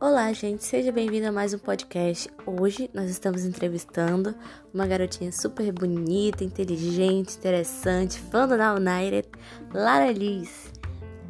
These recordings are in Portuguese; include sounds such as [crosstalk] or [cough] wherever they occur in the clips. Olá, gente, seja bem-vindo a mais um podcast. Hoje nós estamos entrevistando uma garotinha super bonita, inteligente, interessante, fã do Now United, Lara Liz.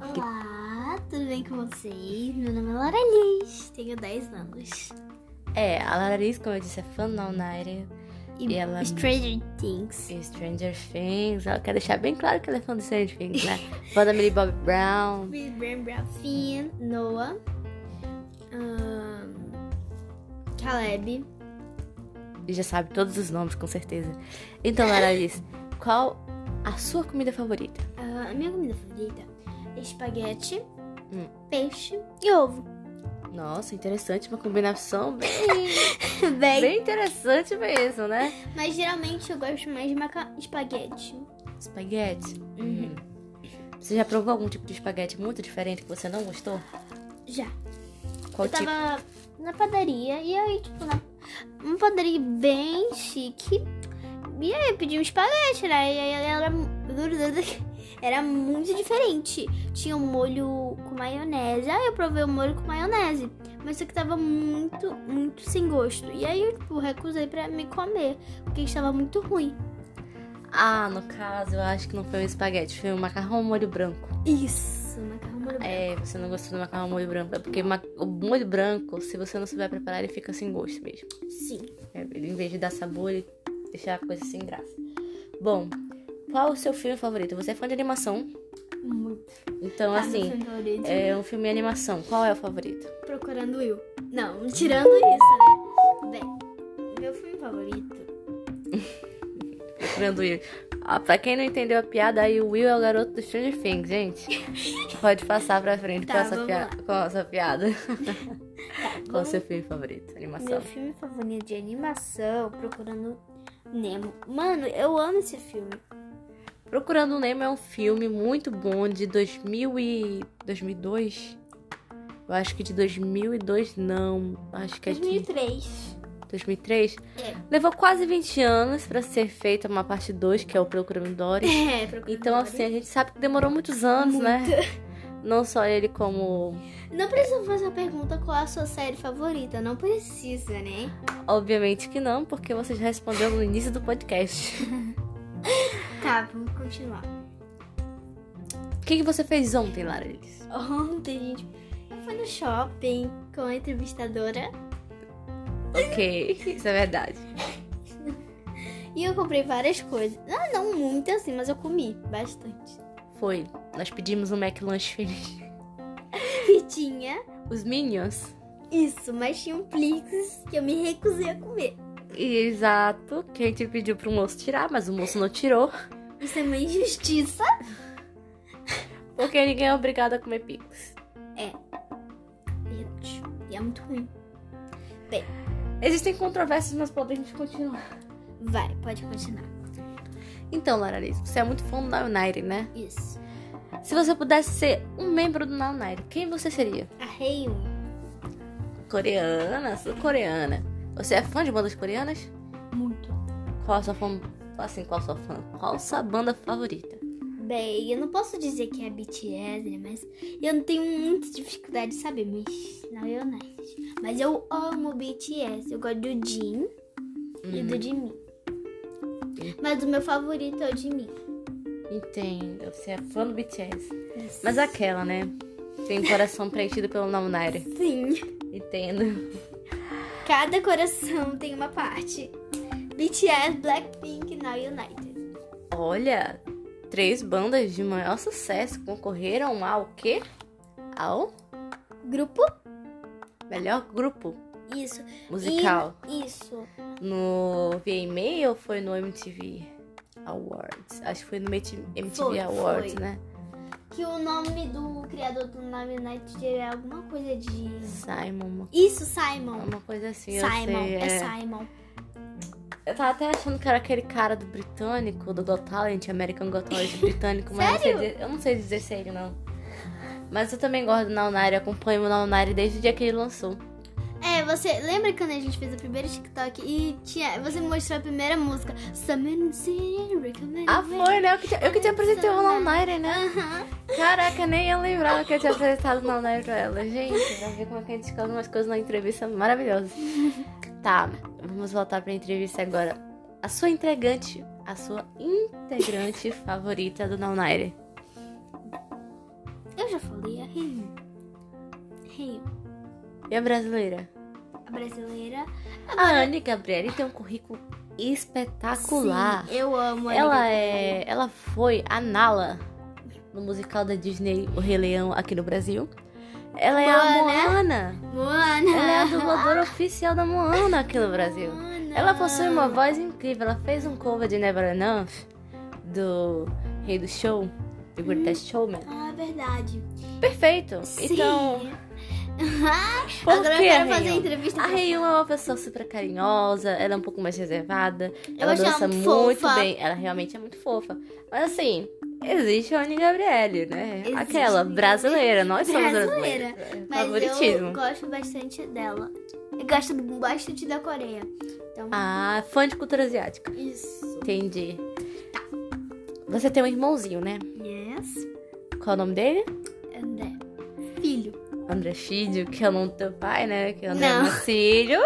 Olá, tudo bem com vocês? Meu nome é Lara Liz, tenho 10 anos. É, a Lara Liz, como eu disse, é fã do Now United E ela- é Stranger Things. e Stranger Things. Ela quer deixar bem claro que ela é fã do Stranger Things, [laughs] né? fã da Millie Bob Brown. Billy Brown, Brown, Finn, Noah, ahn, Caleb. E já sabe todos os nomes, com certeza. Então, Lara Liz, qual a sua comida favorita? Ah, a minha comida favorita é espaguete, Hum. peixe e ovo. [laughs] Nossa, interessante, uma combinação bem, Bem, bem É interessante mesmo, né? mas geralmente eu gosto mais de maca... espaguete. Espaguete? Uhum. Você já provou algum tipo de espaguete muito diferente que você não gostou? Já. Qual tipo? eu tava na padaria e aí, tipo, na... uma padaria bem chique. E aí eu pedi um espaguete, né? E aí ela era, [laughs] era muito diferente. Tinha um molho com maionese. Aí eu provei o molho com maionese. Mas só que tava muito, muito sem gosto. E aí eu, tipo, recusei pra me comer. Porque estava muito ruim. tipo? Ah, no caso, eu acho que não foi um espaguete, foi um macarrão ao molho branco. Isso, macarrão molho branco. É, você não gostou do macarrão ao molho branco. É porque ma- o molho branco, se você não souber preparar, ele fica sem gosto mesmo. Sim. É, ele, em vez de dar sabor, ele deixa a coisa sem graça. Bom, qual o seu filme favorito? Você é fã de animação, Muito. então Ah, assim, é um filme de animação. Qual é o favorito? Procurando Will. Não, tirando isso, né? Bem, meu filme favorito. Procurando Will. Ah, pra quem não entendeu a piada, aí o Will é o garoto do Stranger Things, gente. Pode passar pra frente Tá, com, essa vamos pia- com essa piada. Qual o Tá, Vamos- seu filme favorito? Animação. Meu filme favorito de animação, Procurando Nemo. Mano, eu amo esse filme. Procurando o Nemo é um filme muito bom de 2000 e... 2002? Eu acho que de 2002, não. Acho que é de 2003. 2003. É. Levou quase 20 anos pra ser feita uma parte 2, que é o Procurando Dory. [laughs] É, Procurando Então, Dory. assim, a gente sabe que demorou muitos anos, né? Não só ele como Não precisa fazer a pergunta qual é a sua série favorita. Não precisa, né? Obviamente que não, porque você já respondeu no início do podcast. Tá, vamos continuar. O que, que você fez ontem, Lara Elis? Ontem, gente, eu fui no shopping com a entrevistadora Ok, isso é verdade. e eu comprei várias coisas. Ah, não muito assim, mas eu comi bastante. [laughs] Foi, nós pedimos um McLanche feliz. E tinha Os Minions. Isso, mas tinha um Plix que eu me recusei a comer. E, exato, que a gente pediu pro moço tirar, mas o moço não tirou. Isso é uma injustiça. Porque ninguém é obrigado a comer pix. E é muito ruim. Existem controvérsias, mas podemos continuar. Vai, pode continuar. Então, Lara Elis, você é muito fã do Now United, né? Isso. Se você pudesse ser um membro do Now United, quem você seria? A Heiun. Coreana, sul-coreana. Você é fã de bandas coreanas? Muito. Qual a sua fã? Assim, qual a sua fã? Qual a sua banda favorita? Bem, eu não posso dizer que é a BTS, né? Mas eu não tenho muita dificuldade de saber, mas não eu não. Mas eu amo o BTS. Eu gosto do Jin e do Jimin. Mas o meu favorito é o Jimin. Entendo, você é fã do BTS. Isso. Mas aquela, né? Tem coração preenchido pelo Namunari. Sim. Entendo. Cada coração tem uma parte. BTS, Blackpink, Now United. Olha, três bandas de maior sucesso concorreram ao quê? Ao Grupo? melhor grupo Isso. musical. E- isso. No VMA ou foi no MTV Awards? Acho que foi no MTV Foi, Awards, foi. né? Que o nome do criador do nome Night é alguma coisa de. Simon, uma- Isso, Simon. uma coisa assim. eu Simon, sei, é, Simon. Eu tava até achando que era aquele cara do britânico, do Got Talent, American Got [laughs] Talent britânico, mas eu não sei Sério? dizer- eu não sei dizer se é ele, não. Mas eu também gosto do Naunari, acompanho o Naunari desde o dia que ele lançou. É, você lembra quando a gente fez o primeiro TikTok e tinha, você me mostrou a primeira música? Summer in the City, recommend Ah, me. foi, né? Eu que te, eu que te apresentei o Naunari, né? Aham. Caraca, nem eu lembrava que eu tinha apresentado na live pra ela. Gente, já vi como é que a gente descobre umas coisas na entrevista maravilhosas. Tá, vamos voltar pra entrevista agora. A sua entregante, a sua integrante [laughs] favorita do Now Night. Eu já falei a Rio. Rio, E a brasileira? a brasileira. A Anne Gabriele tem um currículo espetacular. Sim, eu amo a Ela Anne é. Ela foi a Nala no musical da Disney O Rei Leão aqui no Brasil. Ela é a Moana. Moana. Gabriel. Moana. Ela [laughs] é a dubladora oficial da Moana aqui no Brasil. Moana. Ela é possui uma voz incrível. Ela fez um cover de Never Enough do Rei do Show, do Greatest Showman. Ah, é verdade. Perfeito. Sim. [laughs] Ah, Então, por Agora eu que, quero fazer Rayon? entrevista. A Rayun é uma pessoa super carinhosa, ela é um pouco mais reservada, ela acho ela dança muito muito, fofa. bem, ela realmente é muito fofa. Mas assim, existe a Anne Gabriele, né? Existe. Aquela brasileira, nós somos Brasileira, brasileiras. Mas Favoritismo. eu gosto bastante dela. Eu gosto bastante da Coreia. Então, Ah, fã de cultura asiática. isso. Entendi. Você tem um irmãozinho, né? Yes. Qual é o nome dele? André. Filho. André Filho, que é o nome do teu pai, né? Que é André Não. Filho.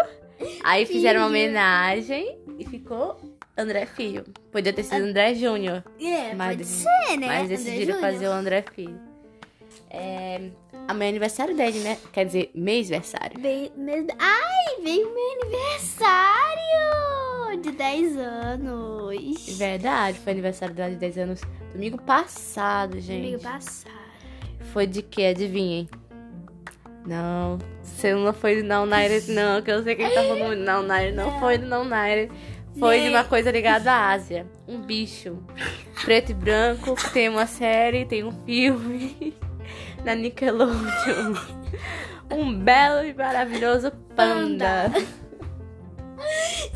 Aí fizeram uma Filho. homenagem e ficou André Filho. Podia ter sido André Júnior. É, Mas pode eles- ser, né? Mas decidiram Júnior. fazer o André Filho. É, amanhã é aniversário dele, né? Quer dizer, mêsversário. Bem- meu- Ai, veio meu aniversário de 10 anos. Verdade, foi aniversário dela de 10 anos domingo passado, gente. Amigo passado. Foi de que? Adivinhem. Não, você não foi do Não Nair, não, que eu sei que ele tá falando do Não Nair, não foi do Não Nair. Foi de uma coisa ligada à Ásia. Um bicho. Preto e branco, que tem uma série, tem um filme. [laughs] Na Nickelodeon. Um belo e maravilhoso panda.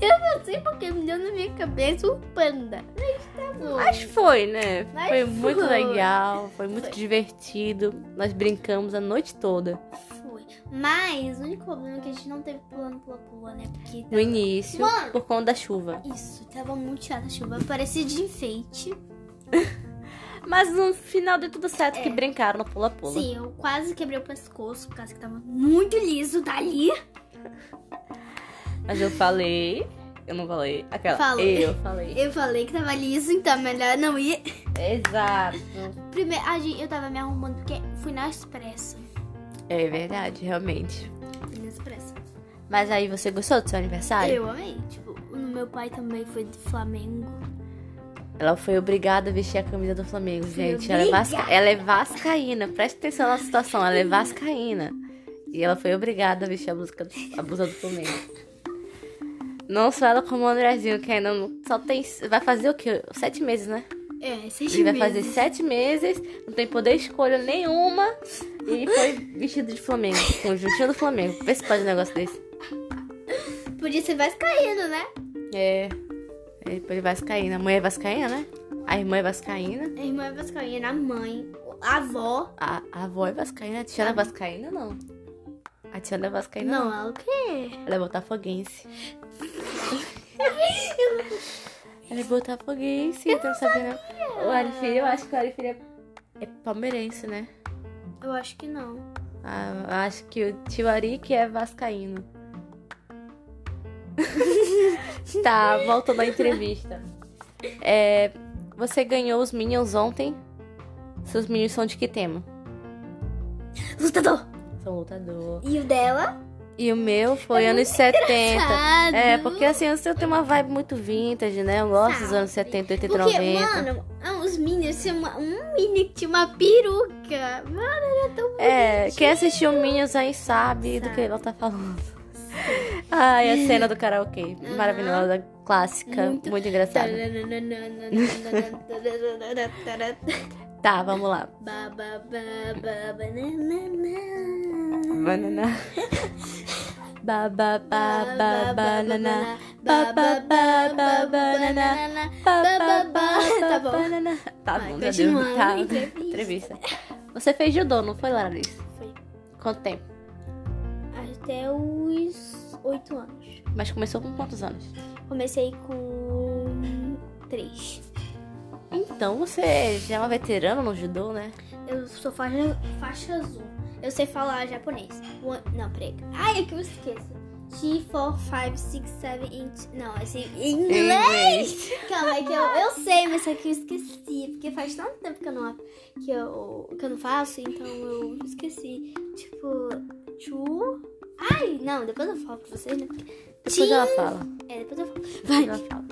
Eu não sei porque me deu na minha cabeça um panda. Mas tá bom. Mas foi, né? Mas Foi muito foi. legal, foi muito divertido. Nós brincamos a noite toda. Foi. Mas o único problema é que a gente não teve plano pula pula, né? Porque No início, Mano. por conta da chuva. Isso, tava muito chata a chuva. Parecia de enfeite. Mas no final deu tudo certo que brincaram no pula-pula. Sim, eu quase quebrei o pescoço, por causa que tava muito liso dali. Mas eu falei. Eu não falei. Aquela. Falou. Eu falei. Eu falei que tava liso, então melhor não ir. Exato. Primeiro, ah, gente, eu tava me arrumando porque fui na expressa. É verdade, realmente. Fui na expressa. Mas aí você gostou do seu aniversário? Eu amei. Tipo, o meu pai também foi do Flamengo. Ela foi obrigada a vestir a camisa do Flamengo, Fui gente. Ela é, vasca... obrigada. ela é vascaína. Presta atenção na situação. Ela é vascaína. E ela foi obrigada a vestir a blusa, a blusa do Flamengo. Não só ela como o Andrezinho, que ainda não... só tem... Vai fazer o quê? Sete meses, né? É, seis Ele vai meses. fazer sete meses, não tem poder de escolha nenhuma. E foi vestido de Flamengo, com o juntinho do Flamengo. Vê se pode um negócio desse. Podia ser vascaíno, né? É. Ele foi vascaína. A mãe é vascaína, né? A irmã é vascaína. A irmã é vascaína, a mãe, a avó. A, a avó é vascaína. A tia não é vascaína, não. A tia não é vascaína, não. Não, ela o quê? Ela é botafoguense. [laughs] Ela é botafoguense, então sabendo. O Arifilho, eu acho que o Arifilho é, é palmeirense, né? Eu acho que não. Ah, acho que o tio Ari que é vascaíno. [laughs] tá, voltando à entrevista. É, você ganhou os Minions ontem. Seus Minions são de que tema? Lutador! São lutador. É E o dela? E o meu foi anos 70. Ah, É, porque assim, o seu tem uma vibe muito vintage, né? Eu gosto dos anos 70, 80 e Porque, 90. mano, ah, os Minions tinha uma- um mini que tinha uma peruca. Mano, era tão bonito. É, quem assistiu Minions aí sabe do que ela tá falando. Ai, a cena do karaokê. Maravilhosa, clássica, Muito. muito, engraçada. Tá, vamos lá. Ba, ba, ba, ba, ba, na, na, na. Banana. ba ba ba ba banana. Ba, ba, ba, banana. ba, banana. Ba Ba, ba ba, ba ba Tá bom. banana. Tá Vai, bom, já deu. continuando, Tá, entrevista. entrevista. Você fez judô, não foi, Larissa? Foi Quanto tempo? até os oito anos. Mas começou com quantos anos? Comecei com três. Então você já é uma veterana no judô, né? Eu sou faixa, faixa azul. Eu sei falar japonês. One- não, peraí. Ai, é que eu esqueço. She, four, five, six, seven, eight. Não, assim, em inglês! [laughs] Calma, é que eu, eu sei, mas só que eu esqueci. Porque faz tanto tempo que eu não, que eu, que eu não faço, então eu esqueci. Tipo, chu. Ai, não, depois eu falo pra vocês, né? Depois ela fala. É, depois eu falo. Depois Vai. ela fala.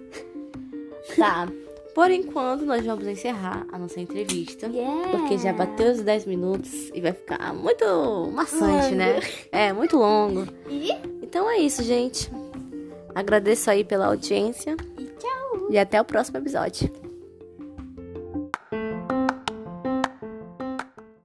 Tá. Por enquanto, nós vamos encerrar a nossa entrevista. Yeah. É Porque já bateu os 10 minutos e vai ficar muito maçante, Longo. né? É, muito longo. E, Então é isso, gente. Agradeço aí pela audiência e tchau! e até o próximo episódio.